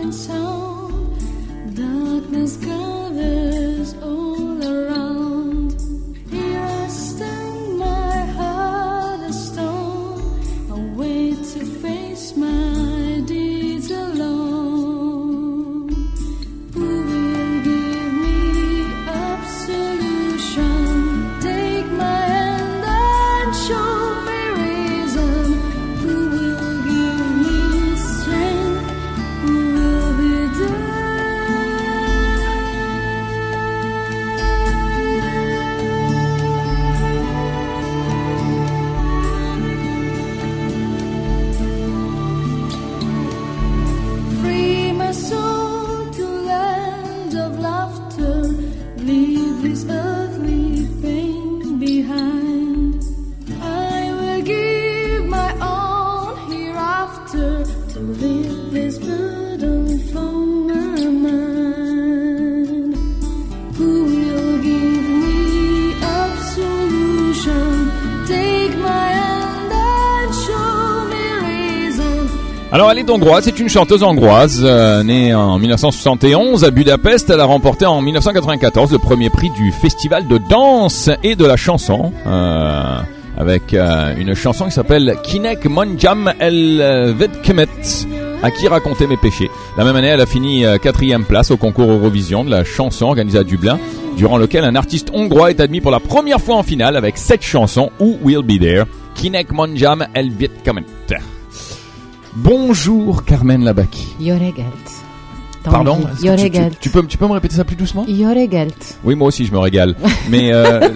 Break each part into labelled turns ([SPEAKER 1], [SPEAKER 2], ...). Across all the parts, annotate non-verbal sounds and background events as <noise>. [SPEAKER 1] and sound. Darkness gathers all around. Here I stand, my heart is stone. I wait to face my deeds alone. Who will give me absolution? Take my hand and show me reason. Who will give me strength? Who will be there? Free my soul to land of laughter. Leave this earthly pain behind. I will give my own hereafter to lift this burden from my mind. Who will give me absolution? Take my hand and show me reason.
[SPEAKER 2] Alors elle est hongroise, c'est une chanteuse hongroise, euh, née en 1971 à Budapest. Elle a remporté en 1994 le premier prix du festival de danse et de la chanson. euh, avec euh, une chanson qui s'appelle Kinek Monjam El Vedkemet, à qui raconter mes péchés. La même année, elle a fini euh, quatrième place au concours Eurovision de la chanson organisé à Dublin, durant lequel un artiste hongrois est admis pour la première fois en finale avec cette chanson, Who Will Be There, Kinek Monjam El Vedkemet. Bonjour Carmen Labaki.
[SPEAKER 3] Jó reggelt. Tangi.
[SPEAKER 2] Pardon est-ce
[SPEAKER 3] Jó
[SPEAKER 2] que tu, tu-
[SPEAKER 3] reggelt.
[SPEAKER 2] tu peux, tu peux me répéter ça plus doucement
[SPEAKER 3] Jó reggelt.
[SPEAKER 2] Oui, moi aussi je me régale. Mais. <laughs> Euh...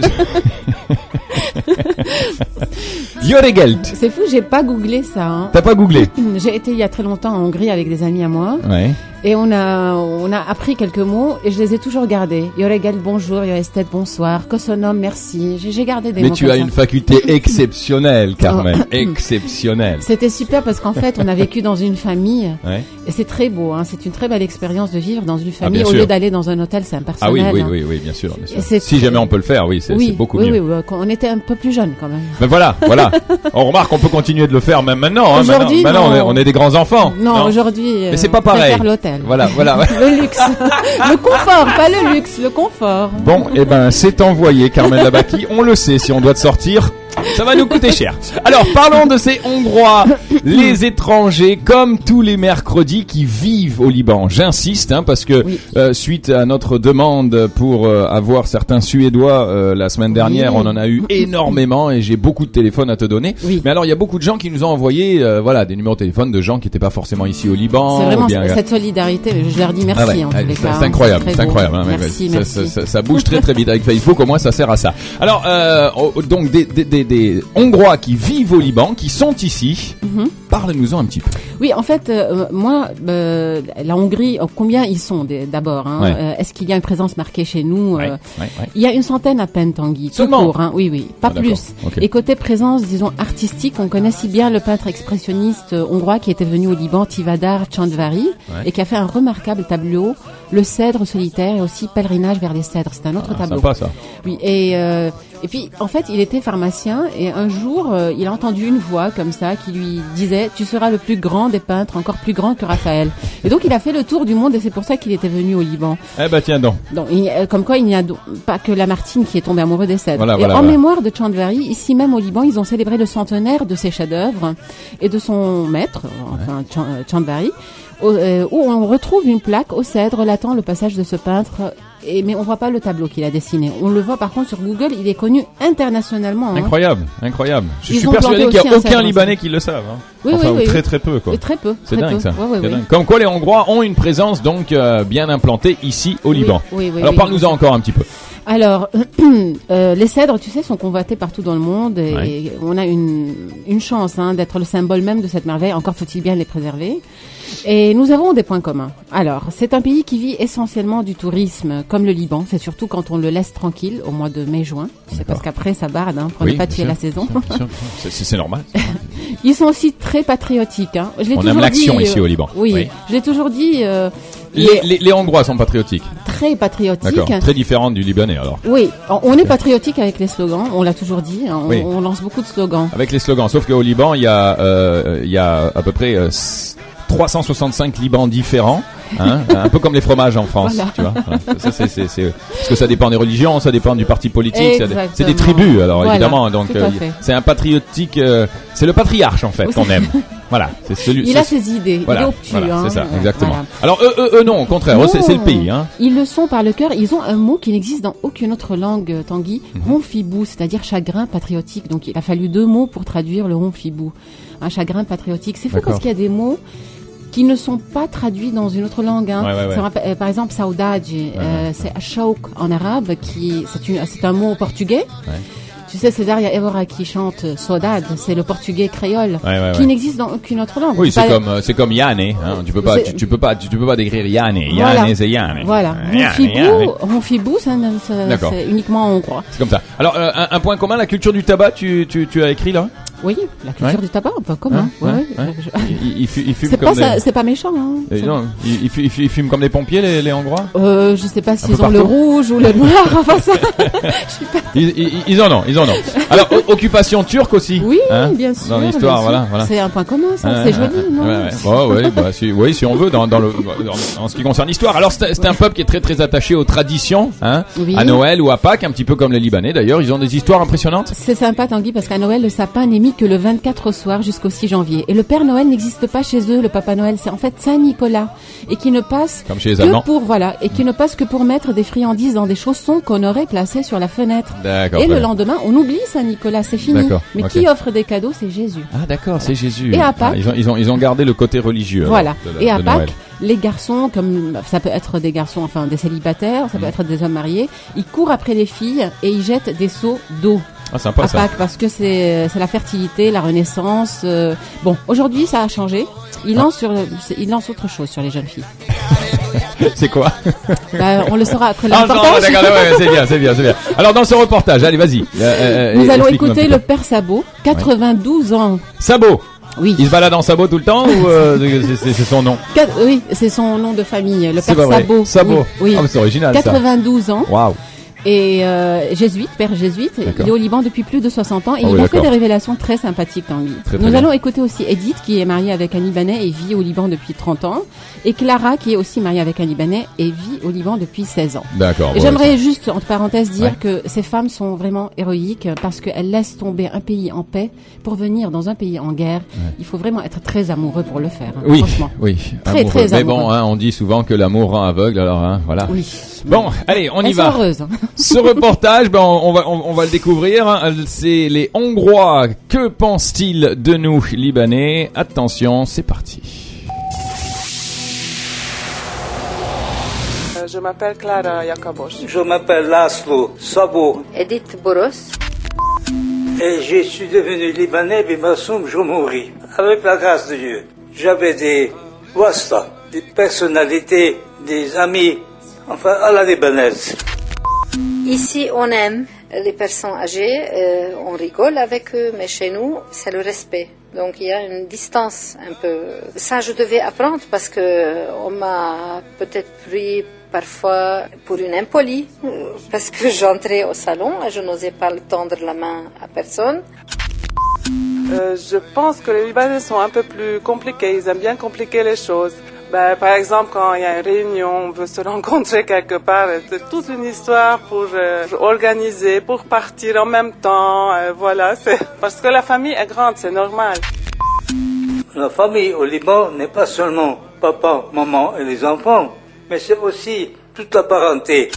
[SPEAKER 2] Yoregelt
[SPEAKER 3] C'est fou, j'ai pas googlé ça. hein.
[SPEAKER 2] T'as pas googlé
[SPEAKER 3] J'ai été il y a très longtemps en Hongrie avec des amis à moi
[SPEAKER 2] Ouais.
[SPEAKER 3] et on a, on a appris quelques mots et je les ai toujours gardés. Jó reggelt, bonjour, Jó estet, bonsoir, Kosonom, merci. J'ai j'ai gardé des
[SPEAKER 2] Mais
[SPEAKER 3] mots
[SPEAKER 2] tu
[SPEAKER 3] comme
[SPEAKER 2] as
[SPEAKER 3] ça.
[SPEAKER 2] une faculté exceptionnelle, Carmen. exceptionnelle.
[SPEAKER 3] C'était super parce qu'en fait, on a vécu dans une famille
[SPEAKER 2] Ouais.
[SPEAKER 3] et c'est très beau. Hein. C'est une très belle expérience de vivre dans une famille
[SPEAKER 2] Ah, bien
[SPEAKER 3] au
[SPEAKER 2] sûr.
[SPEAKER 3] lieu d'aller dans un hôtel, c'est
[SPEAKER 2] Ah oui,
[SPEAKER 3] impersonnel.
[SPEAKER 2] oui,
[SPEAKER 3] hein.
[SPEAKER 2] oui, oui, bien sûr. bien sûr.
[SPEAKER 3] Et c'est-
[SPEAKER 2] Si jamais on peut le faire, oui, c'est c'est
[SPEAKER 3] Oui,
[SPEAKER 2] beaucoup
[SPEAKER 3] oui,
[SPEAKER 2] mieux.
[SPEAKER 3] oui, oui, on était un peu plus jeunes quand même.
[SPEAKER 2] Ben voilà, voilà. On remarque qu'on peut continuer de le faire même maintenant. Hein. Maintenant,
[SPEAKER 3] Aujourd'hui,
[SPEAKER 2] maintenant,
[SPEAKER 3] non.
[SPEAKER 2] on, est, on est des grands enfants.
[SPEAKER 3] Non, aujourd'hui.
[SPEAKER 2] Mais c'est pas pareil.
[SPEAKER 3] Faire l'hôtel.
[SPEAKER 2] Voilà, <laughs> voilà.
[SPEAKER 3] Le luxe. le confort, pas le luxe, le confort.
[SPEAKER 2] Bon, eh ben, c'est envoyé, Carmen <laughs> Labaki. On le sait, si on doit te sortir, ça va nous coûter cher. Alors, parlons de ces Hongrois, <laughs> les étrangers, comme tous les mercredis, qui vivent au Liban. J'insiste, hein, parce que
[SPEAKER 3] Oui.
[SPEAKER 2] euh, suite à notre demande pour euh, avoir certains Suédois euh, la semaine dernière,
[SPEAKER 3] Oui.
[SPEAKER 2] on en a eu énormément et j'ai beaucoup de téléphones à te donner.
[SPEAKER 3] Oui.
[SPEAKER 2] Mais alors, il y a beaucoup de gens qui nous ont envoyé, euh, voilà, des numéros de téléphone de gens qui n'étaient pas forcément ici au Liban.
[SPEAKER 3] C'est
[SPEAKER 2] ou
[SPEAKER 3] vraiment
[SPEAKER 2] Oh, bien-
[SPEAKER 3] cette solidarité. Je leur dis merci
[SPEAKER 2] ah ouais,
[SPEAKER 3] en
[SPEAKER 2] ouais,
[SPEAKER 3] tous les
[SPEAKER 2] c'est-
[SPEAKER 3] cas.
[SPEAKER 2] C'est incroyable,
[SPEAKER 3] très
[SPEAKER 2] c'est
[SPEAKER 3] beau.
[SPEAKER 2] incroyable. hein, ouais,
[SPEAKER 3] merci,
[SPEAKER 2] ouais, ça-
[SPEAKER 3] merci.
[SPEAKER 2] Ça, ça- ça bouge très très vite avec Facebook, au moins ça sert à ça. Alors, euh, oh, donc des, des, des, des Hongrois qui vivent au Liban, qui sont ici,
[SPEAKER 3] Mhm.
[SPEAKER 2] parle-nous-en un petit peu.
[SPEAKER 3] Oui, en fait, euh, moi, euh, la Hongrie, euh, combien ils sont des- d'abord hein
[SPEAKER 2] Ouais.
[SPEAKER 3] Euh, Est-ce qu'il y a une présence marquée chez nous
[SPEAKER 2] Ouais,
[SPEAKER 3] euh,
[SPEAKER 2] ouais, ouais.
[SPEAKER 3] Il y a une centaine à peine, Tanguy. tout
[SPEAKER 2] Seulement
[SPEAKER 3] court, hein. Oui, oui, pas
[SPEAKER 2] Ah, d'accord.
[SPEAKER 3] plus.
[SPEAKER 2] Ok.
[SPEAKER 3] Et côté présence, disons, artistique, on connaît si bien le peintre expressionniste euh, hongrois qui était venu au Liban, Tivadar Chandvari,
[SPEAKER 2] Ouais.
[SPEAKER 3] et qui a fait un remarquable tableau, Le cèdre solitaire et aussi Pèlerinage vers les cèdres. C'est un autre
[SPEAKER 2] Ah,
[SPEAKER 3] tableau.
[SPEAKER 2] sympa ça.
[SPEAKER 3] Oui, et, euh, et puis, en fait, il était pharmacien, et un jour, euh, il a entendu une voix comme ça qui lui disait Tu seras le plus grand des peintres, encore plus grand que Raphaël. Et donc, il a fait le tour du monde, et c'est pour ça qu'il était venu au Liban.
[SPEAKER 2] Eh ben tiens donc.
[SPEAKER 3] Donc, il y a- comme quoi, il n'y a do- pas que Lamartine qui est tombé amoureux des cèdres.
[SPEAKER 2] Voilà,
[SPEAKER 3] et
[SPEAKER 2] voilà,
[SPEAKER 3] en
[SPEAKER 2] voilà.
[SPEAKER 3] mémoire de Chandvari, ici même au Liban, ils ont célébré le centenaire de ses chefs-d'œuvre et de son maître, enfin Chan- euh, Chandvari, au- euh, où on retrouve une plaque au cèdre relatant le passage de ce peintre. Et, mais on voit pas le tableau qu'il a dessiné. On le voit par contre sur Google, il est connu internationalement. hein.
[SPEAKER 2] Incroyable, incroyable. Je
[SPEAKER 3] Ils
[SPEAKER 2] suis
[SPEAKER 3] ont
[SPEAKER 2] persuadé
[SPEAKER 3] planté
[SPEAKER 2] qu'il n'y
[SPEAKER 3] aussi
[SPEAKER 2] a
[SPEAKER 3] un
[SPEAKER 2] aucun
[SPEAKER 3] cerf
[SPEAKER 2] Libanais
[SPEAKER 3] enceinte.
[SPEAKER 2] qui le savent. hein.
[SPEAKER 3] Oui,
[SPEAKER 2] enfin,
[SPEAKER 3] oui,
[SPEAKER 2] ou
[SPEAKER 3] oui.
[SPEAKER 2] très très peu quoi.
[SPEAKER 3] Et Très peu.
[SPEAKER 2] C'est
[SPEAKER 3] très
[SPEAKER 2] dingue
[SPEAKER 3] peu.
[SPEAKER 2] ça.
[SPEAKER 3] Ouais, ouais,
[SPEAKER 2] C'est
[SPEAKER 3] oui.
[SPEAKER 2] dingue. Comme quoi les Hongrois ont une présence donc euh, bien implantée ici au
[SPEAKER 3] Oui,
[SPEAKER 2] Liban.
[SPEAKER 3] oui, oui,
[SPEAKER 2] Alors
[SPEAKER 3] oui.
[SPEAKER 2] parle-nous-en encore un petit peu.
[SPEAKER 3] Alors, <clears throat> euh, les cèdres, tu sais, sont convoités partout dans le monde et,
[SPEAKER 2] Ouais.
[SPEAKER 3] et on a une, une chance hein, d'être le symbole même de cette merveille. Encore faut-il bien les préserver. Et nous avons des points communs. Alors, c'est un pays qui vit essentiellement du tourisme, comme le Liban. C'est surtout quand on le laisse tranquille au mois de mai-juin. Tu sais,
[SPEAKER 2] D'accord.
[SPEAKER 3] parce qu'après, ça barde. Hein, pour ne
[SPEAKER 2] Oui,
[SPEAKER 3] pas
[SPEAKER 2] bien
[SPEAKER 3] tuer
[SPEAKER 2] sûr,
[SPEAKER 3] la saison.
[SPEAKER 2] bien sûr, bien sûr. C'est- C'est c'est normal.
[SPEAKER 3] Ils sont aussi très patriotiques. Hein. Je l'ai
[SPEAKER 2] On
[SPEAKER 3] toujours
[SPEAKER 2] aime l'action
[SPEAKER 3] dit,
[SPEAKER 2] ici
[SPEAKER 3] euh,
[SPEAKER 2] au Liban.
[SPEAKER 3] Oui,
[SPEAKER 2] Oui.
[SPEAKER 3] je l'ai toujours dit. euh, il
[SPEAKER 2] Les,
[SPEAKER 3] est
[SPEAKER 2] les, les Hongrois sont patriotiques.
[SPEAKER 3] très
[SPEAKER 2] D'accord.
[SPEAKER 3] patriotique.
[SPEAKER 2] Très différente du Libanais alors.
[SPEAKER 3] Oui, on- on est patriotique avec les slogans, on l'a toujours dit, hein, on,
[SPEAKER 2] Oui.
[SPEAKER 3] on lance beaucoup de slogans.
[SPEAKER 2] Avec les slogans. Sauf qu'au Liban, il y a, euh, il y a à peu près euh, 365 Libans différents.
[SPEAKER 3] <laughs>
[SPEAKER 2] hein, un peu comme les fromages en France,
[SPEAKER 3] Voilà.
[SPEAKER 2] tu vois. Voilà. Ça, c'est- c'est- c'est- parce que ça dépend des religions, ça dépend du parti politique, ça dé- c'est des
[SPEAKER 3] Exactement.
[SPEAKER 2] tribus, alors
[SPEAKER 3] Voilà,
[SPEAKER 2] évidemment. Donc
[SPEAKER 3] tout à
[SPEAKER 2] euh,
[SPEAKER 3] fait.
[SPEAKER 2] c'est un patriotique, euh, c'est le patriarche en fait
[SPEAKER 3] Oui,
[SPEAKER 2] qu'on
[SPEAKER 3] c'est- <laughs>
[SPEAKER 2] aime. Voilà, c'est celui.
[SPEAKER 3] Il
[SPEAKER 2] Ah, ça,
[SPEAKER 3] a ses idées, il est
[SPEAKER 2] voilà,
[SPEAKER 3] obtus.
[SPEAKER 2] voilà,
[SPEAKER 3] hein,
[SPEAKER 2] c'est ça,
[SPEAKER 3] voilà,
[SPEAKER 2] exactement.
[SPEAKER 3] voilà.
[SPEAKER 2] Alors eux, eux, eux, non, au contraire, eux, c'est c'est le
[SPEAKER 3] Non.
[SPEAKER 2] pays, hein.
[SPEAKER 3] Ils le sont par le cœur, ils ont un mot qui n'existe dans aucune autre langue, euh, Tanguy,
[SPEAKER 2] Mhm.
[SPEAKER 3] ronfibou, c'est-à-dire chagrin patriotique. Donc il a fallu deux mots pour traduire le ronfibou. Un chagrin patriotique. C'est fou
[SPEAKER 2] D'accord.
[SPEAKER 3] parce qu'il y a des mots qui ne sont pas traduits dans une autre langue. hein.
[SPEAKER 2] Ouais, ouais, ouais.
[SPEAKER 3] Ça rappelle- euh, par exemple, saudade, euh, c'est achouk en arabe, qui c'est une- c'est un mot portugais.
[SPEAKER 2] Ouais.
[SPEAKER 3] Tu sais, César Evora qui chante euh, Saudade, c'est le portugais créole,
[SPEAKER 2] Ouais, ouais,
[SPEAKER 3] qui
[SPEAKER 2] ouais.
[SPEAKER 3] n'existe dans aucune autre langue.
[SPEAKER 2] Oui, c'est
[SPEAKER 3] Pas-
[SPEAKER 2] comme euh, c'est comme Yanné, hein. Tu peux pas,
[SPEAKER 3] C'est-
[SPEAKER 2] tu, tu peux pas, tu, tu peux pas décrire Yanné.
[SPEAKER 3] Voilà.
[SPEAKER 2] Yanné, c'est Euh, Yanné.
[SPEAKER 3] Voilà.
[SPEAKER 2] Yanné, Yanné.
[SPEAKER 3] Ronfibou, Ronfibou, ça, ne- ça-
[SPEAKER 2] D'accord.
[SPEAKER 3] c'est uniquement en hongrois.
[SPEAKER 2] hein. C'est comme ça. Alors, euh, un, un point commun, la culture du tabac, tu, tu, tu as
[SPEAKER 3] <laughs>
[SPEAKER 2] écrit là
[SPEAKER 3] Oui, la culture
[SPEAKER 2] Ouais.
[SPEAKER 3] du tabac, un peu comme, hein.
[SPEAKER 2] Hein
[SPEAKER 3] Ouais,
[SPEAKER 2] Hein
[SPEAKER 3] ouais,
[SPEAKER 2] Hein
[SPEAKER 3] je- <laughs>
[SPEAKER 2] Ils, ils fu- ils fument
[SPEAKER 3] C'est pas,
[SPEAKER 2] comme
[SPEAKER 3] ça-
[SPEAKER 2] des...
[SPEAKER 3] c'est pas méchant, hein.
[SPEAKER 2] Euh,
[SPEAKER 3] C'est-
[SPEAKER 2] non, ils, ils fu- ils fu- ils fument comme des pompiers, les, les Hongrois
[SPEAKER 3] Euh, je sais pas s'ils ont
[SPEAKER 2] peu
[SPEAKER 3] le
[SPEAKER 2] partout.
[SPEAKER 3] rouge ou
[SPEAKER 2] <laughs>
[SPEAKER 3] le noir, enfin ça.
[SPEAKER 2] ils, ils, ils en ont, ils en
[SPEAKER 3] <laughs>
[SPEAKER 2] ont. Alors, o- occupation turque aussi.
[SPEAKER 3] Oui,
[SPEAKER 2] hein,
[SPEAKER 3] bien sûr.
[SPEAKER 2] Dans l'histoire,
[SPEAKER 3] bien sûr.
[SPEAKER 2] voilà. voilà.
[SPEAKER 3] C'est un point commun, ça.
[SPEAKER 2] Ah,
[SPEAKER 3] c'est
[SPEAKER 2] ah,
[SPEAKER 3] joli,
[SPEAKER 2] ah,
[SPEAKER 3] non
[SPEAKER 2] ouais, ouais. Bon, ouais, bah, si, oui, si on veut, dans, dans le, dans- en ce qui concerne l'histoire. Alors, c'est c'est un peuple qui est très très attaché aux traditions, hein,
[SPEAKER 3] Oui.
[SPEAKER 2] à Noël ou à Pâques, un petit peu comme les Libanais d'ailleurs. Ils ont des histoires impressionnantes.
[SPEAKER 3] C'est sympa, Tanguy, parce qu'à Noël, le sapin n'est mis que le 24 au soir jusqu'au 6 janvier. Et le Père Noël n'existe pas chez eux, le Papa Noël, c'est en fait Saint-Nicolas. Et qui ne passe
[SPEAKER 2] Comme chez les Allemands.
[SPEAKER 3] que pour, voilà, et qui ne passe que pour mettre des friandises dans des chaussons qu'on aurait placés sur la fenêtre.
[SPEAKER 2] D'accord.
[SPEAKER 3] Et
[SPEAKER 2] très
[SPEAKER 3] le
[SPEAKER 2] bien.
[SPEAKER 3] lendemain, on oublie Saint-Nicolas, c'est fini.
[SPEAKER 2] D'accord,
[SPEAKER 3] Mais
[SPEAKER 2] ok.
[SPEAKER 3] qui offre des cadeaux, c'est Jésus.
[SPEAKER 2] Ah d'accord, c'est Jésus.
[SPEAKER 3] Et à Pâques.
[SPEAKER 2] Ah, ils, ont, ils, ont, ils ont gardé le côté religieux.
[SPEAKER 3] Voilà.
[SPEAKER 2] alors, de la-
[SPEAKER 3] Et à
[SPEAKER 2] de Noël.
[SPEAKER 3] Pâques, les garçons, comme ça peut être des garçons, enfin des célibataires,
[SPEAKER 2] Mm.
[SPEAKER 3] ça peut être des hommes mariés, ils courent après les filles et ils jettent des seaux d'eau
[SPEAKER 2] Ah sympa
[SPEAKER 3] à
[SPEAKER 2] ça.
[SPEAKER 3] Pâques parce que c'est euh, c'est la fertilité, la renaissance. euh. Bon, aujourd'hui ça a changé. Ils
[SPEAKER 2] Ah.
[SPEAKER 3] lancent sur, le- c'est- ils lancent autre chose sur les jeunes filles.
[SPEAKER 2] <laughs> C'est quoi
[SPEAKER 3] Bah, on le saura après le
[SPEAKER 2] Ah non,
[SPEAKER 3] reportage.
[SPEAKER 2] d'accord, ouais, ouais, c'est bien, c'est bien, c'est bien. Alors dans ce reportage, allez vas-y. Euh, euh,
[SPEAKER 3] Nous
[SPEAKER 2] euh,
[SPEAKER 3] allons
[SPEAKER 2] explique-nous un
[SPEAKER 3] écouter
[SPEAKER 2] petit
[SPEAKER 3] le
[SPEAKER 2] peu.
[SPEAKER 3] père Sabot, 92 ans.
[SPEAKER 2] sabot.
[SPEAKER 3] Oui.
[SPEAKER 2] Il se balade en sabot tout le temps ou euh, c'est- c'est c'est son nom
[SPEAKER 3] Quatre- oui, c'est son nom de famille, le
[SPEAKER 2] C'est
[SPEAKER 3] père
[SPEAKER 2] pas vrai.
[SPEAKER 3] Sabot.
[SPEAKER 2] Sabot.
[SPEAKER 3] Oui. oui.
[SPEAKER 2] Ah, mais c'est original ça.
[SPEAKER 3] 92 ans
[SPEAKER 2] Waouh.
[SPEAKER 3] et euh, jésuite, père jésuite.
[SPEAKER 2] D'accord.
[SPEAKER 3] Il est au Liban depuis plus de 60 ans et
[SPEAKER 2] Ah
[SPEAKER 3] il
[SPEAKER 2] oui,
[SPEAKER 3] a fait
[SPEAKER 2] d'accord.
[SPEAKER 3] des révélations très sympathiques dans lui.
[SPEAKER 2] Très, très
[SPEAKER 3] Nous
[SPEAKER 2] bien.
[SPEAKER 3] allons écouter aussi Edith qui est mariée avec un Libanais et vit au Liban depuis 30 ans et Clara qui est aussi mariée avec un Libanais et vit au Liban depuis 16 ans.
[SPEAKER 2] D'accord.
[SPEAKER 3] Et
[SPEAKER 2] Ah, bon,
[SPEAKER 3] J'aimerais juste, entre parenthèses, dire
[SPEAKER 2] Ouais.
[SPEAKER 3] que ces femmes sont vraiment héroïques parce qu'elles laissent tomber un pays en paix pour venir dans un pays en guerre. Il faut vraiment être très amoureux pour le faire, hein,
[SPEAKER 2] Oui,
[SPEAKER 3] franchement.
[SPEAKER 2] oui.
[SPEAKER 3] Très,
[SPEAKER 2] amoureux.
[SPEAKER 3] très
[SPEAKER 2] Mais bon,
[SPEAKER 3] amoureux.
[SPEAKER 2] hein, on dit souvent que l'amour rend aveugle, alors hein, voilà.
[SPEAKER 3] Oui.
[SPEAKER 2] Bon, allez, on y
[SPEAKER 3] Elles sont
[SPEAKER 2] va.
[SPEAKER 3] heureuses. hein.
[SPEAKER 2] <laughs>
[SPEAKER 3] <laughs>
[SPEAKER 2] Ce reportage, ben, on, on va, on, on va le découvrir. hein. C'est les Hongrois. Que pensent-ils de nous, Libanais Attention, c'est parti.
[SPEAKER 4] Euh, Je m'appelle Clara Yakabos.
[SPEAKER 5] Je m'appelle Laszlo Sabo
[SPEAKER 6] Edith Boros,
[SPEAKER 5] et je suis devenu Libanais Bimassoum Joumouri. Avec la grâce de Dieu, j'avais des wasta, des personnalités, des amis, enfin à la libanaise.
[SPEAKER 6] ici on aime les personnes âgées, euh, on rigole avec eux, mais chez nous c'est le respect. Donc il y a une distance un peu. Ça je devais apprendre parce que euh, on m'a peut-être pris parfois pour une impolie euh, parce que <laughs> j'entrais au salon et je n'osais pas le tendre la main à personne.
[SPEAKER 4] Euh, je pense que les Libanais sont un peu plus compliqués. Ils aiment bien compliquer les choses. Ben, par exemple, quand il y a une réunion, on veut se <laughs> rencontrer quelque part. euh, C'est toute une histoire pour euh, organiser, pour partir en même temps. euh, voilà, c'est <laughs> parce que la famille est grande, c'est normal.
[SPEAKER 5] La famille au Liban n'est pas seulement papa, maman et les enfants, mais c'est aussi toute la parenté.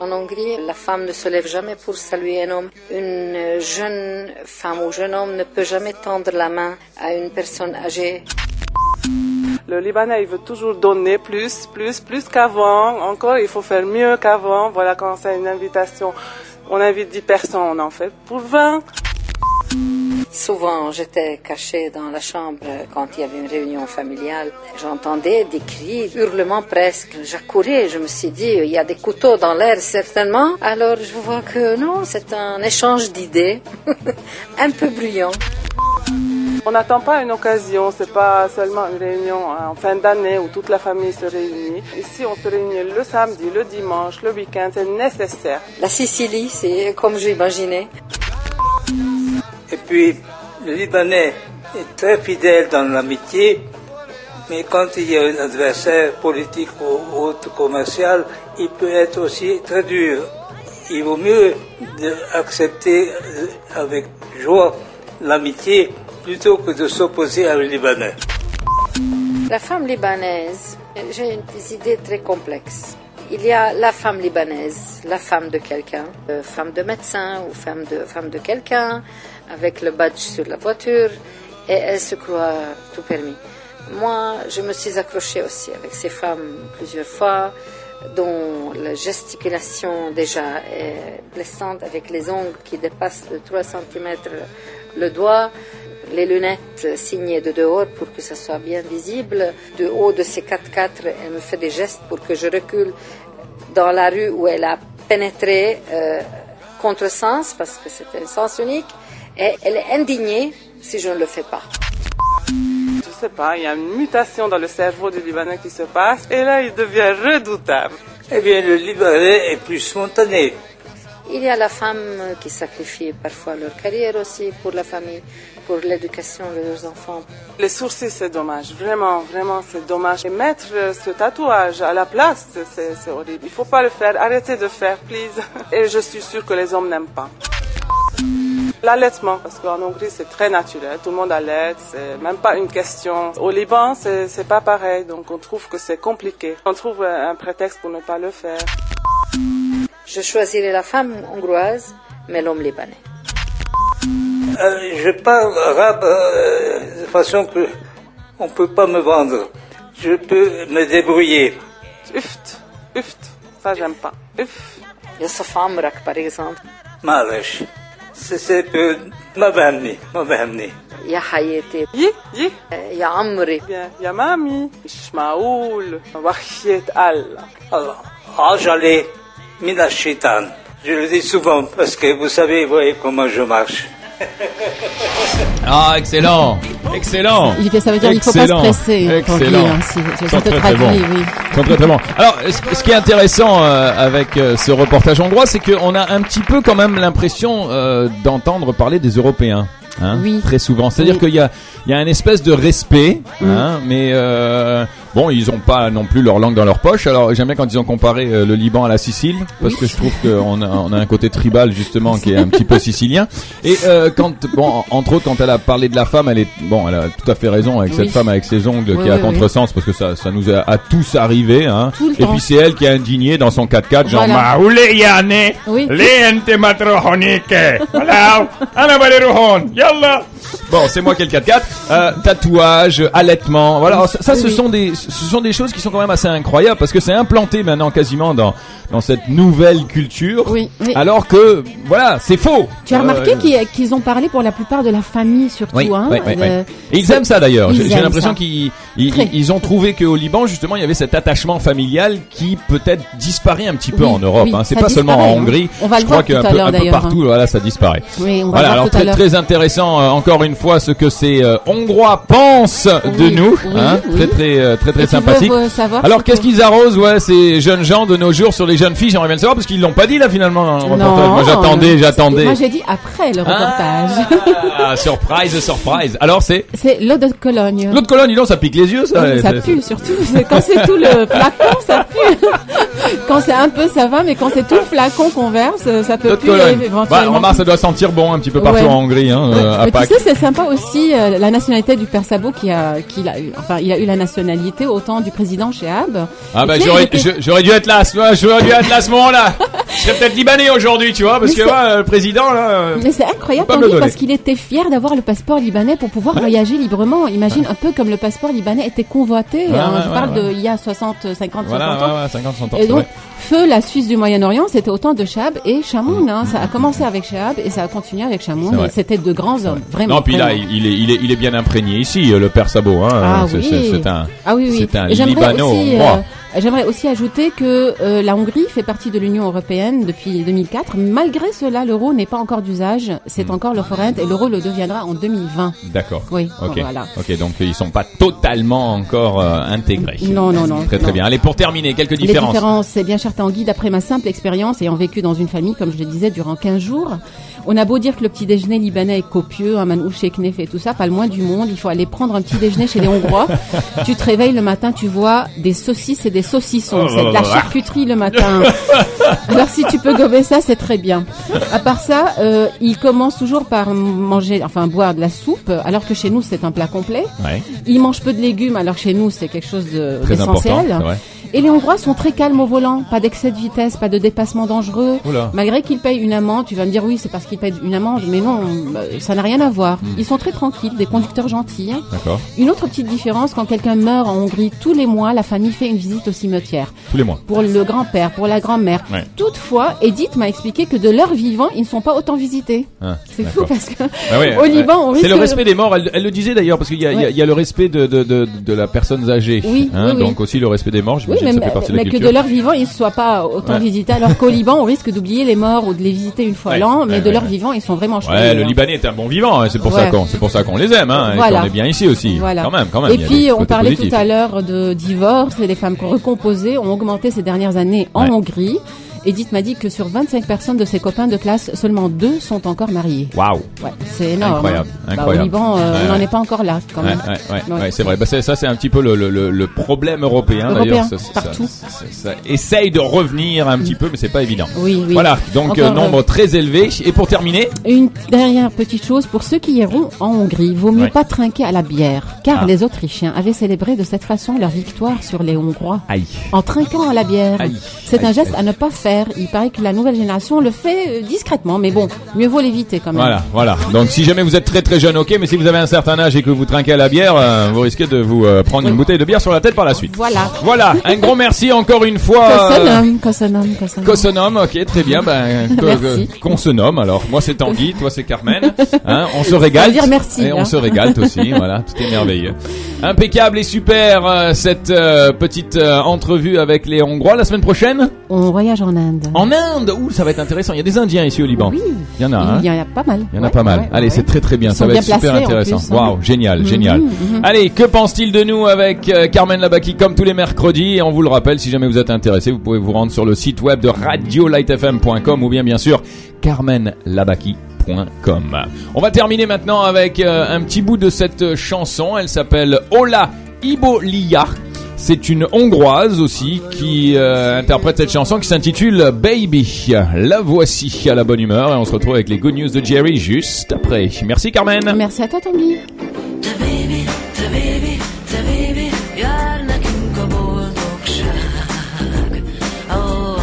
[SPEAKER 6] En Hongrie, la femme ne se lève jamais pour saluer un homme. Une euh, jeune femme ou jeune homme ne peut jamais tendre la main à une personne âgée.
[SPEAKER 4] Le Libanais, il veut toujours donner plus, plus, plus qu'avant. Encore, il faut faire mieux qu'avant. Voilà, quand c'est une invitation, on invite 10 personnes, on en fait pour 20.
[SPEAKER 6] Souvent, j'étais cachée dans la chambre quand il y avait une réunion familiale. J'entendais des cris, hurlements presque. J'accourais, je me suis dit, il y a des couteaux dans l'air certainement. Alors, je vois que non, c'est un échange d'idées, <laughs> un peu bruyant.
[SPEAKER 4] On n'attend pas une occasion, c'est pas seulement une réunion hein, en fin d'année où toute la famille se réunit. Ici, on se réunit le samedi, le dimanche, le week-end, c'est nécessaire.
[SPEAKER 6] La Sicile, c'est comme j'imaginais.
[SPEAKER 5] Et puis, le Libanais est très fidèle dans l'amitié, Mais quand il y a un adversaire politique ou autre commercial, il peut être aussi très dur. Il vaut mieux de- accepter euh, avec joie l'amitié plutôt que de s'opposer à un Libanais.
[SPEAKER 6] La femme libanaise, j'ai des idées très complexes. Il y a la femme libanaise, la femme de quelqu'un, euh, femme de médecin ou femme de, femme de quelqu'un, avec le badge sur la voiture, et elle se croit tout permis. Moi, je me suis accrochée aussi avec ces femmes plusieurs fois, dont la gesticulation déjà est blessante, avec les ongles qui dépassent de 3 cm le doigt les lunettes signées de dehors pour que ça soit bien visible. De haut de ces 4x4, elle me fait des gestes pour que je recule dans la rue où elle a pénétré euh, contre sens, parce que c'est un sens unique. Et elle est indignée si je ne le fais pas.
[SPEAKER 4] Je sais pas, il y a une mutation dans le cerveau du Libanais qui se passe et là il devient redoutable.
[SPEAKER 5] Eh bien, le Libanais est plus spontané.
[SPEAKER 6] Il y a la femme qui sacrifie parfois leur carrière aussi pour la famille, pour l'éducation de leurs enfants.
[SPEAKER 4] Les sourcils, c'est dommage. Vraiment, vraiment, c'est dommage. Et mettre euh, ce tatouage à la place, c'est- c'est c'est horrible. Il faut pas le faire. Arrêtez de faire, please. <laughs> Et je suis sûre que les hommes n'aiment pas. L'allaitement, parce qu'en Hongrie, c'est très naturel. Tout le monde allait. C'est même pas une question. Au Liban, c'est c'est pas pareil. Donc, on trouve que c'est compliqué. On trouve euh, un prétexte pour ne pas le faire.
[SPEAKER 6] Je choisirai la femme hongroise, mais l'homme libanais.
[SPEAKER 5] Euh, je parle arabe euh, de façon que on peut pas me vendre. Je peux me débrouiller.
[SPEAKER 4] Uft, uft. Ça, j'aime pas. Uft.
[SPEAKER 6] Youssef Amrak, par exemple.
[SPEAKER 5] Malèche. C'est- C'est peu ma bamni, ma bamni.
[SPEAKER 6] يا حياتي
[SPEAKER 4] Yi, yi. Eh
[SPEAKER 6] يا عمري
[SPEAKER 4] Bien. Yamami. Ishmaoul. Wachiet Allah.
[SPEAKER 5] Alors, Ajale Minashitan. Je le dis souvent parce que vous savez, vous voyez comment je marche.
[SPEAKER 2] Ah, excellent Excellent
[SPEAKER 3] Il fait- ça veut dire qu'il faut pas se
[SPEAKER 2] Excellent.
[SPEAKER 3] presser pour
[SPEAKER 2] Excellent.
[SPEAKER 3] lire, si- si-
[SPEAKER 2] Ils
[SPEAKER 3] si
[SPEAKER 2] sont
[SPEAKER 3] on te
[SPEAKER 2] très, très
[SPEAKER 3] traduit,
[SPEAKER 2] bons.
[SPEAKER 3] oui.
[SPEAKER 2] Ils sont très, très bons. Alors, ce, ce qui est intéressant euh, avec euh, ce reportage hongrois, c'est qu'on a un petit peu quand même l'impression euh, d'entendre parler des Européens. Hein,
[SPEAKER 3] Oui.
[SPEAKER 2] Très souvent. C'est-à-dire
[SPEAKER 3] Oui. Mm.
[SPEAKER 2] qu'il y a, il y a un espèce de respect, hein, mais euh, bon, ils ont pas non plus leur langue dans leur poche. Alors j'aime bien quand ils ont comparé euh, le Liban à la Sicile, parce
[SPEAKER 3] Oui.
[SPEAKER 2] que je trouve qu'on a, on a un côté tribal justement qui est un petit peu sicilien. Et euh, quand, bon, entre autres, quand elle a parlé de la femme, elle est, bon, elle a tout à fait raison avec cette
[SPEAKER 3] Oui.
[SPEAKER 2] femme avec ses ongles
[SPEAKER 3] Oui,
[SPEAKER 2] qui est à
[SPEAKER 3] oui, oui.
[SPEAKER 2] contresens, parce que ça, ça nous a, à tous arrivé. Hein.
[SPEAKER 3] Tout le
[SPEAKER 2] Et
[SPEAKER 3] temps.
[SPEAKER 2] puis c'est elle qui a indigné dans son 4x4, genre
[SPEAKER 3] Voilà.
[SPEAKER 2] Maoulé Yané,
[SPEAKER 3] Oui.
[SPEAKER 2] Léente Matrohonike, Voilà, Anna Valeruhon, Yallah. Bon, c'est moi qui ai le 4x4. Euh, tatouage, allaitement, voilà. Alors, ça, ça, ce
[SPEAKER 3] Oui.
[SPEAKER 2] sont des, ce sont des choses qui sont quand même assez incroyables parce que c'est implanté maintenant quasiment dans, dans cette nouvelle culture.
[SPEAKER 3] Oui, oui.
[SPEAKER 2] Alors que, voilà, c'est faux.
[SPEAKER 3] Tu as remarqué
[SPEAKER 2] Ah, Euh,
[SPEAKER 3] qu'ils qu'ils ont parlé pour la plupart de la famille surtout.
[SPEAKER 2] oui,
[SPEAKER 3] hein,
[SPEAKER 2] oui, oui,
[SPEAKER 3] euh,
[SPEAKER 2] oui. Et ils aiment ça d'ailleurs.
[SPEAKER 3] Ils
[SPEAKER 2] J'ai j'ai
[SPEAKER 3] aiment
[SPEAKER 2] l'impression
[SPEAKER 3] ça.
[SPEAKER 2] qu'ils ils,
[SPEAKER 3] Très.
[SPEAKER 2] ils ont trouvé qu'au Liban justement il y avait cet attachement familial qui peut-être disparaît un petit peu
[SPEAKER 3] Oui,
[SPEAKER 2] en Europe.
[SPEAKER 3] oui,
[SPEAKER 2] hein. C'est
[SPEAKER 3] ça
[SPEAKER 2] pas seulement en
[SPEAKER 3] disparaît, hein.
[SPEAKER 2] Hongrie.
[SPEAKER 3] On va le
[SPEAKER 2] Je crois
[SPEAKER 3] voir tout
[SPEAKER 2] qu'un
[SPEAKER 3] à
[SPEAKER 2] peu,
[SPEAKER 3] l'heure,
[SPEAKER 2] un peu
[SPEAKER 3] d'ailleurs,
[SPEAKER 2] partout, voilà, ça disparaît.
[SPEAKER 3] Oui, on
[SPEAKER 2] Voilà,
[SPEAKER 3] va le voir
[SPEAKER 2] alors
[SPEAKER 3] tout à
[SPEAKER 2] très,
[SPEAKER 3] l'heure.
[SPEAKER 2] très intéressant euh, encore une fois ce que ces euh, Hongrois pensent de
[SPEAKER 3] Oui,
[SPEAKER 2] nous,
[SPEAKER 3] oui,
[SPEAKER 2] hein.
[SPEAKER 3] oui.
[SPEAKER 2] très très euh, très très
[SPEAKER 3] Et tu veux,
[SPEAKER 2] sympathique.
[SPEAKER 3] euh, savoir
[SPEAKER 2] Alors
[SPEAKER 3] ce
[SPEAKER 2] qu'est-ce
[SPEAKER 3] que-
[SPEAKER 2] qu'ils arrosent ouais ces jeunes gens de nos jours sur les jeunes filles J'aimerais bien le savoir parce qu'ils l'ont pas dit là finalement. dans le reportage. moi j'attendais,
[SPEAKER 3] non.
[SPEAKER 2] j'attendais.
[SPEAKER 3] Moi j'ai dit après le reportage. <laughs>
[SPEAKER 2] Ah, surprise, surprise. Alors c'est
[SPEAKER 3] C'est l'eau de Cologne. Ah,
[SPEAKER 2] l'autre colonne, dis donc, ça pique les yeux, ça.
[SPEAKER 3] ça
[SPEAKER 2] C'est-
[SPEAKER 3] pue surtout. C'est- Quand c'est tout le flacon, ça pue. <laughs> quand c'est un peu, ça va, mais quand c'est tout le flacon qu'on verse, euh, ça peut
[SPEAKER 2] L'autre
[SPEAKER 3] puer
[SPEAKER 2] colonne.
[SPEAKER 3] éventuellement.
[SPEAKER 2] Bah, remarque, ça doit sentir bon un petit peu partout
[SPEAKER 3] Ouais.
[SPEAKER 2] en Hongrie, hein, euh, à
[SPEAKER 3] Mais tu
[SPEAKER 2] Pâques.
[SPEAKER 3] sais, c'est sympa aussi euh, la nationalité du père Sabo qui a, qui a eu, enfin, il a eu la nationalité au temps du président Chehab.
[SPEAKER 2] Ah bah
[SPEAKER 3] Tu sais,
[SPEAKER 2] j'aurais,
[SPEAKER 3] il était-
[SPEAKER 2] je- j'aurais dû être là, ce- ouais, j'aurais dû être là à ce moment-là. Je serais peut-être libanais aujourd'hui, tu vois, parce
[SPEAKER 3] Mais
[SPEAKER 2] que
[SPEAKER 3] c'est-
[SPEAKER 2] ouais, euh, le président là. euh,
[SPEAKER 3] Mais c'est incroyable
[SPEAKER 2] Pas me
[SPEAKER 3] en
[SPEAKER 2] le
[SPEAKER 3] lui,
[SPEAKER 2] donner.
[SPEAKER 3] parce qu'il était fier d'avoir le passeport libanais pour pouvoir voyager librement. Imagine un peu comme le passeport libanais était convoité.
[SPEAKER 2] Ouais,
[SPEAKER 3] hein,
[SPEAKER 2] ouais,
[SPEAKER 3] je
[SPEAKER 2] ouais,
[SPEAKER 3] parle
[SPEAKER 2] ouais.
[SPEAKER 3] de il y a 60, 50, 50 ans.
[SPEAKER 2] Voilà, ouais, ouais, 50 cent ans.
[SPEAKER 3] Et
[SPEAKER 2] c'est
[SPEAKER 3] donc,
[SPEAKER 2] vrai.
[SPEAKER 3] feu, la Suisse du Moyen-Orient, c'était autant de Chab et Chamoun. Hein. Ça a commencé avec Chab et ça a continué avec
[SPEAKER 2] Mm. C'est
[SPEAKER 3] Chamoun.
[SPEAKER 2] vrai.
[SPEAKER 3] Et c'était de grands hommes, vraiment.
[SPEAKER 2] Non, puis là,
[SPEAKER 3] vraiment.
[SPEAKER 2] il il est, il est, il est bien imprégné ici, euh, le père Sabo. Hein,
[SPEAKER 3] Ah
[SPEAKER 2] c'est,
[SPEAKER 3] oui.
[SPEAKER 2] c'est- c'est un.
[SPEAKER 3] Ah oui, oui.
[SPEAKER 2] c'est un
[SPEAKER 3] Et j'aimerais
[SPEAKER 2] Libano
[SPEAKER 3] aussi euh,
[SPEAKER 2] hongrois.
[SPEAKER 3] J'aimerais aussi ajouter que euh, la Hongrie fait partie de l'Union européenne depuis 2004. Malgré cela, l'euro n'est pas encore d'usage. C'est
[SPEAKER 2] Mm.
[SPEAKER 3] encore le forint et l'euro le deviendra en 2020.
[SPEAKER 2] D'accord.
[SPEAKER 3] Oui,
[SPEAKER 2] Ok.
[SPEAKER 3] voilà.
[SPEAKER 2] Ok. Donc ils sont pas totalement encore euh, intégrés.
[SPEAKER 3] Non, non, non.
[SPEAKER 2] Très très
[SPEAKER 3] non.
[SPEAKER 2] bien. Allez, pour terminer, quelques
[SPEAKER 3] Les
[SPEAKER 2] différences.
[SPEAKER 3] différences, c'est bien cher Tanguy, d'après ma simple expérience, ayant vécu dans une famille, comme je le disais, durant 15 jours, on a beau dire que le petit déjeuner libanais est copieux, un manouche et knef et tout ça, pas le moins du monde, il faut aller prendre un petit déjeuner chez
[SPEAKER 2] <laughs>
[SPEAKER 3] les Hongrois. tu te réveilles le matin, tu vois des saucisses et des saucissons,
[SPEAKER 2] Oh
[SPEAKER 3] c'est de
[SPEAKER 2] là
[SPEAKER 3] la
[SPEAKER 2] là.
[SPEAKER 3] charcuterie le matin.
[SPEAKER 2] <laughs>
[SPEAKER 3] Alors si tu peux gober ça, c'est très bien. À part ça, euh, ils commencent toujours par manger, enfin boire de la soupe, alors que chez nous c'est un plat complet.
[SPEAKER 2] Ouais.
[SPEAKER 3] Ils mangent peu de légumes, alors chez nous c'est quelque chose de-
[SPEAKER 2] Très important.
[SPEAKER 3] d'essentiel.
[SPEAKER 2] Ouais.
[SPEAKER 3] Et les Hongrois sont très calmes au volant, pas d'excès de vitesse, pas de dépassement dangereux.
[SPEAKER 2] Oula.
[SPEAKER 3] Malgré qu'ils payent une amende, tu vas me dire oui, c'est parce qu'ils payent une amende, mais non, euh, ça n'a rien à voir.
[SPEAKER 2] Hmm.
[SPEAKER 3] Ils sont très tranquilles, des conducteurs gentils. hein.
[SPEAKER 2] D'accord.
[SPEAKER 3] Une autre petite différence, quand quelqu'un meurt en Hongrie, tous les mois, la famille fait une visite au cimetière.
[SPEAKER 2] Tous les mois.
[SPEAKER 3] Pour le grand-père, pour la grand-mère.
[SPEAKER 2] Ouais.
[SPEAKER 3] Toutefois, Edith m'a expliqué que de leur vivant, ils ne sont pas autant visités.
[SPEAKER 2] Ah,
[SPEAKER 3] C'est fou
[SPEAKER 2] d'accord.
[SPEAKER 3] parce que
[SPEAKER 2] Ah ouais,
[SPEAKER 3] au
[SPEAKER 2] ouais.
[SPEAKER 3] Liban, on risque
[SPEAKER 2] C'est le respect des morts. Elle, elle le disait d'ailleurs parce qu'il y, a- il y a-
[SPEAKER 3] Ouais.
[SPEAKER 2] il y a le respect de de, de, de la personne âgée. hein,
[SPEAKER 3] Oui, oui, oui.
[SPEAKER 2] Donc aussi le respect des morts.
[SPEAKER 3] Oui,
[SPEAKER 2] J'imagine que
[SPEAKER 3] mais,
[SPEAKER 2] ça fait partie de la
[SPEAKER 3] mais que
[SPEAKER 2] culture.
[SPEAKER 3] de leur vivant, ils ne soient pas autant
[SPEAKER 2] Ouais.
[SPEAKER 3] visités. Alors qu'au Liban, on risque d'oublier les morts ou de les visiter une fois
[SPEAKER 2] Ouais,
[SPEAKER 3] l'an, mais
[SPEAKER 2] ouais,
[SPEAKER 3] de
[SPEAKER 2] ouais,
[SPEAKER 3] leur
[SPEAKER 2] ouais.
[SPEAKER 3] vivant, ils sont vraiment chouettes.
[SPEAKER 2] Ouais, le Libanais est un bon vivant, hein, c'est pour ça
[SPEAKER 3] Ouais.
[SPEAKER 2] qu'on, c'est pour ça qu'on les aime, hein, et
[SPEAKER 3] Voilà.
[SPEAKER 2] qu'on est bien ici aussi.
[SPEAKER 3] Voilà.
[SPEAKER 2] Quand même, quand même.
[SPEAKER 3] Et
[SPEAKER 2] il y a
[SPEAKER 3] puis,
[SPEAKER 2] des
[SPEAKER 3] on
[SPEAKER 2] côtés
[SPEAKER 3] parlait
[SPEAKER 2] positifs.
[SPEAKER 3] tout à l'heure de divorce et les femmes recomposées ont augmenté ces dernières années en
[SPEAKER 2] Ouais.
[SPEAKER 3] Hongrie. Edith m'a dit que sur 25 personnes de ses copains de classe, seulement deux sont encore mariés.
[SPEAKER 2] Waouh.
[SPEAKER 3] Ouais, c'est énorme.
[SPEAKER 2] Incroyable,
[SPEAKER 3] hein. Bah,
[SPEAKER 2] incroyable.
[SPEAKER 3] au Liban, euh,
[SPEAKER 2] Ouais,
[SPEAKER 3] on n'en
[SPEAKER 2] ouais.
[SPEAKER 3] est pas encore là, quand
[SPEAKER 2] Ouais,
[SPEAKER 3] même.
[SPEAKER 2] ouais, ouais,
[SPEAKER 3] Ouais.
[SPEAKER 2] ouais, c'est vrai. Bah, c'est- ça, c'est un petit peu le, le, le- le problème européen,
[SPEAKER 3] Européen,
[SPEAKER 2] d'ailleurs. Ça, ça-
[SPEAKER 3] partout.
[SPEAKER 2] ça- ça- ça essaye de revenir un petit peu, mais c'est pas évident.
[SPEAKER 3] Oui, oui.
[SPEAKER 2] Voilà, donc euh,
[SPEAKER 3] Encore,
[SPEAKER 2] nombre très élevé. Et pour terminer,
[SPEAKER 3] Une dernière petite chose, pour ceux qui iront en Hongrie, vaut mieux
[SPEAKER 2] Ouais.
[SPEAKER 3] pas trinquer à la bière, car
[SPEAKER 2] Ah.
[SPEAKER 3] les Autrichiens avaient célébré de cette façon leur victoire sur les Hongrois.
[SPEAKER 2] aïe.
[SPEAKER 3] En trinquant à la bière.
[SPEAKER 2] Aïe.
[SPEAKER 3] C'est un
[SPEAKER 2] Aïe,
[SPEAKER 3] geste
[SPEAKER 2] aïe.
[SPEAKER 3] à ne pas faire. Il paraît que la nouvelle génération le fait euh, discrètement, mais bon, mieux vaut l'éviter quand même.
[SPEAKER 2] Voilà, voilà. Donc si jamais vous êtes très très jeune, ok, mais si vous avez un certain âge et que vous trinquez à la bière, euh, vous risquez de vous euh, prendre une bouteille de bière sur la tête par la suite.
[SPEAKER 3] Voilà.
[SPEAKER 2] Voilà, un grand merci encore une fois. euh,
[SPEAKER 3] Kosonom, kosonom, kosonom.
[SPEAKER 2] Qu'on se nomme, ok, très bien. Ben, que-
[SPEAKER 3] Merci.
[SPEAKER 2] que- qu'on se nomme. Alors, moi c'est Tanguy, toi c'est Carmen. Hein, on se régale.
[SPEAKER 3] veut dire merci, hein.
[SPEAKER 2] Et on
[SPEAKER 3] là.
[SPEAKER 2] se régale aussi. voilà, tout est merveilleux. Impeccable et super euh, cette euh, petite euh, entrevue avec les Hongrois la semaine prochaine
[SPEAKER 3] On voyage en Inde.
[SPEAKER 2] en Inde. Ouh, ça va être intéressant. Il y a des Indiens ici au Liban.
[SPEAKER 3] Oui.
[SPEAKER 2] Il y en a. hein.
[SPEAKER 3] Il y en a pas mal.
[SPEAKER 2] Il y en a
[SPEAKER 3] Ouais,
[SPEAKER 2] pas mal.
[SPEAKER 3] ouais,
[SPEAKER 2] Allez,
[SPEAKER 3] ouais.
[SPEAKER 2] c'est très très bien.
[SPEAKER 3] Ils
[SPEAKER 2] ça
[SPEAKER 3] sont
[SPEAKER 2] va
[SPEAKER 3] bien
[SPEAKER 2] être super
[SPEAKER 3] placés, en
[SPEAKER 2] intéressant.
[SPEAKER 3] plus, hein.
[SPEAKER 2] Waouh, génial, génial. Allez, que pense-t-il de nous avec euh, Carmen Labaki comme tous les mercredis Et on vous le rappelle, si jamais vous êtes intéressé, vous pouvez vous rendre sur le site web de radiolightfm.com ou bien bien sûr carmenlabaki.com. On va terminer maintenant avec euh, un petit bout de cette euh, chanson. Elle s'appelle Ola Ibolia. C'est une Hongroise aussi qui euh, interprète cette chanson qui s'intitule Baby. La voici à la bonne humeur et on se retrouve avec les Good News de Jerry juste après. Merci Carmen.
[SPEAKER 3] Merci à toi, Tanguy.
[SPEAKER 1] Te baby, te baby, te baby, jár nekünk a boldogság. Ó, na,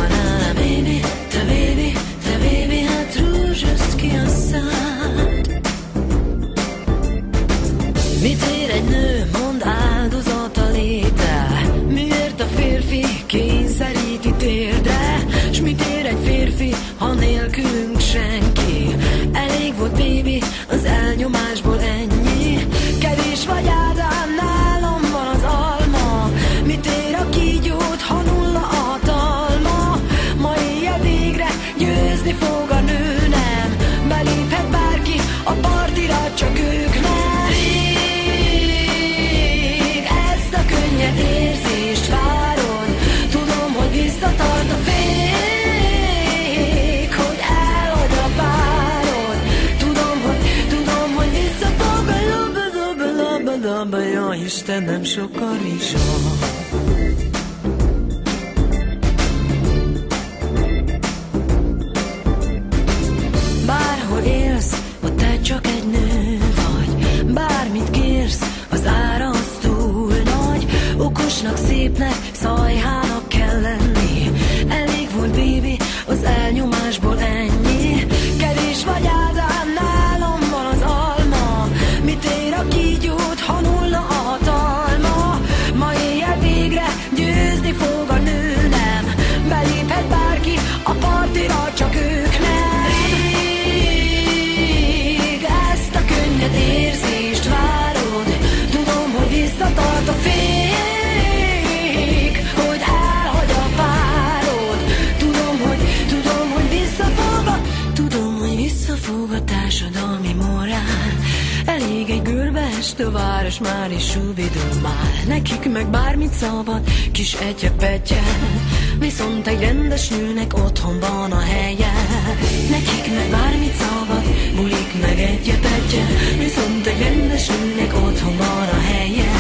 [SPEAKER 1] na, baby, te baby, te baby, hát rúzsaszt ki a szád. Mit ér egy nő, mond áldozata léte? Miért a férfi kényszeríti térdre? S mit ér egy férfi, ha nélkülünk senki? Elég volt, baby, az elnyomásból ennyi. Kevés vagy Ádám, nálam van az alma. Mit ér a kígyót, ha nulla a hatalma? Ma éjjel végre győzni fog a nő, nem? Beléphet bárki a partira, csak ők nem. Rég ezt a könnyed érzést várod, tudom, hogy visszatart a fék, hogy elad a párod. Tudom, hogy, tudom, hogy visszafog a labba, labba, labba, labba, ja Istenem, sokkal is van. Bárhol élsz, ott te csak egy nő vagy. Bármit kérsz, az ára az túl nagy. Okosnak, szépnek, szajhának kell lenni. Elég volt, baby, az elnyomásból ennyi. Kevés vagy Ádám, nálam van az alma. Mit ér a kígyót, ha nulla a hatalma? Ma éjjel végre győzni fog a nő, nem? Beléphet bárki a partira, csak ők nem. Rég ezt a könnyed érzést várod, tudom, hogy visszatart a fék, hogy el Üres már és súvidő már Nekik meg bármit szabad Kis egyepetje Viszont egy rendes nőnek otthon van a helye Nekik meg bármit szabad Bulik meg egyepetje Viszont egy rendes nőnek otthon van a helye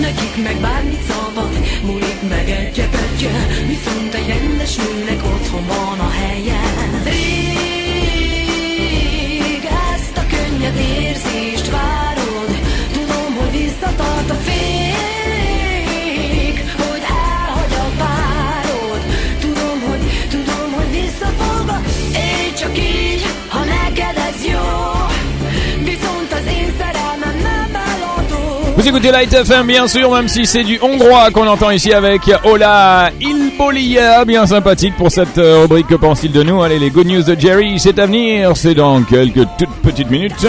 [SPEAKER 1] Nekik meg bármit szabad Bulik meg egyepetje Viszont egy rendes nőnek otthon van a helye Rég ezt a könnyed érzést várod Tudom, hogy visszatart a fék Hogy elhagy a várod Tudom, hogy, tudom, hogy visszafogva Élj csak így, ha neked ez jó Viszont az én szerelmem nem eladó
[SPEAKER 2] Vous écoutez Light FM, bien sûr, même si c'est du hongrois qu'on entend ici avec Ola Ilbolia, bien sympathique pour cette euh, rubrique Que pense-t-il de nous Allez, les good news de Jerry, c'est à venir, c'est dans quelques toutes petites minutes.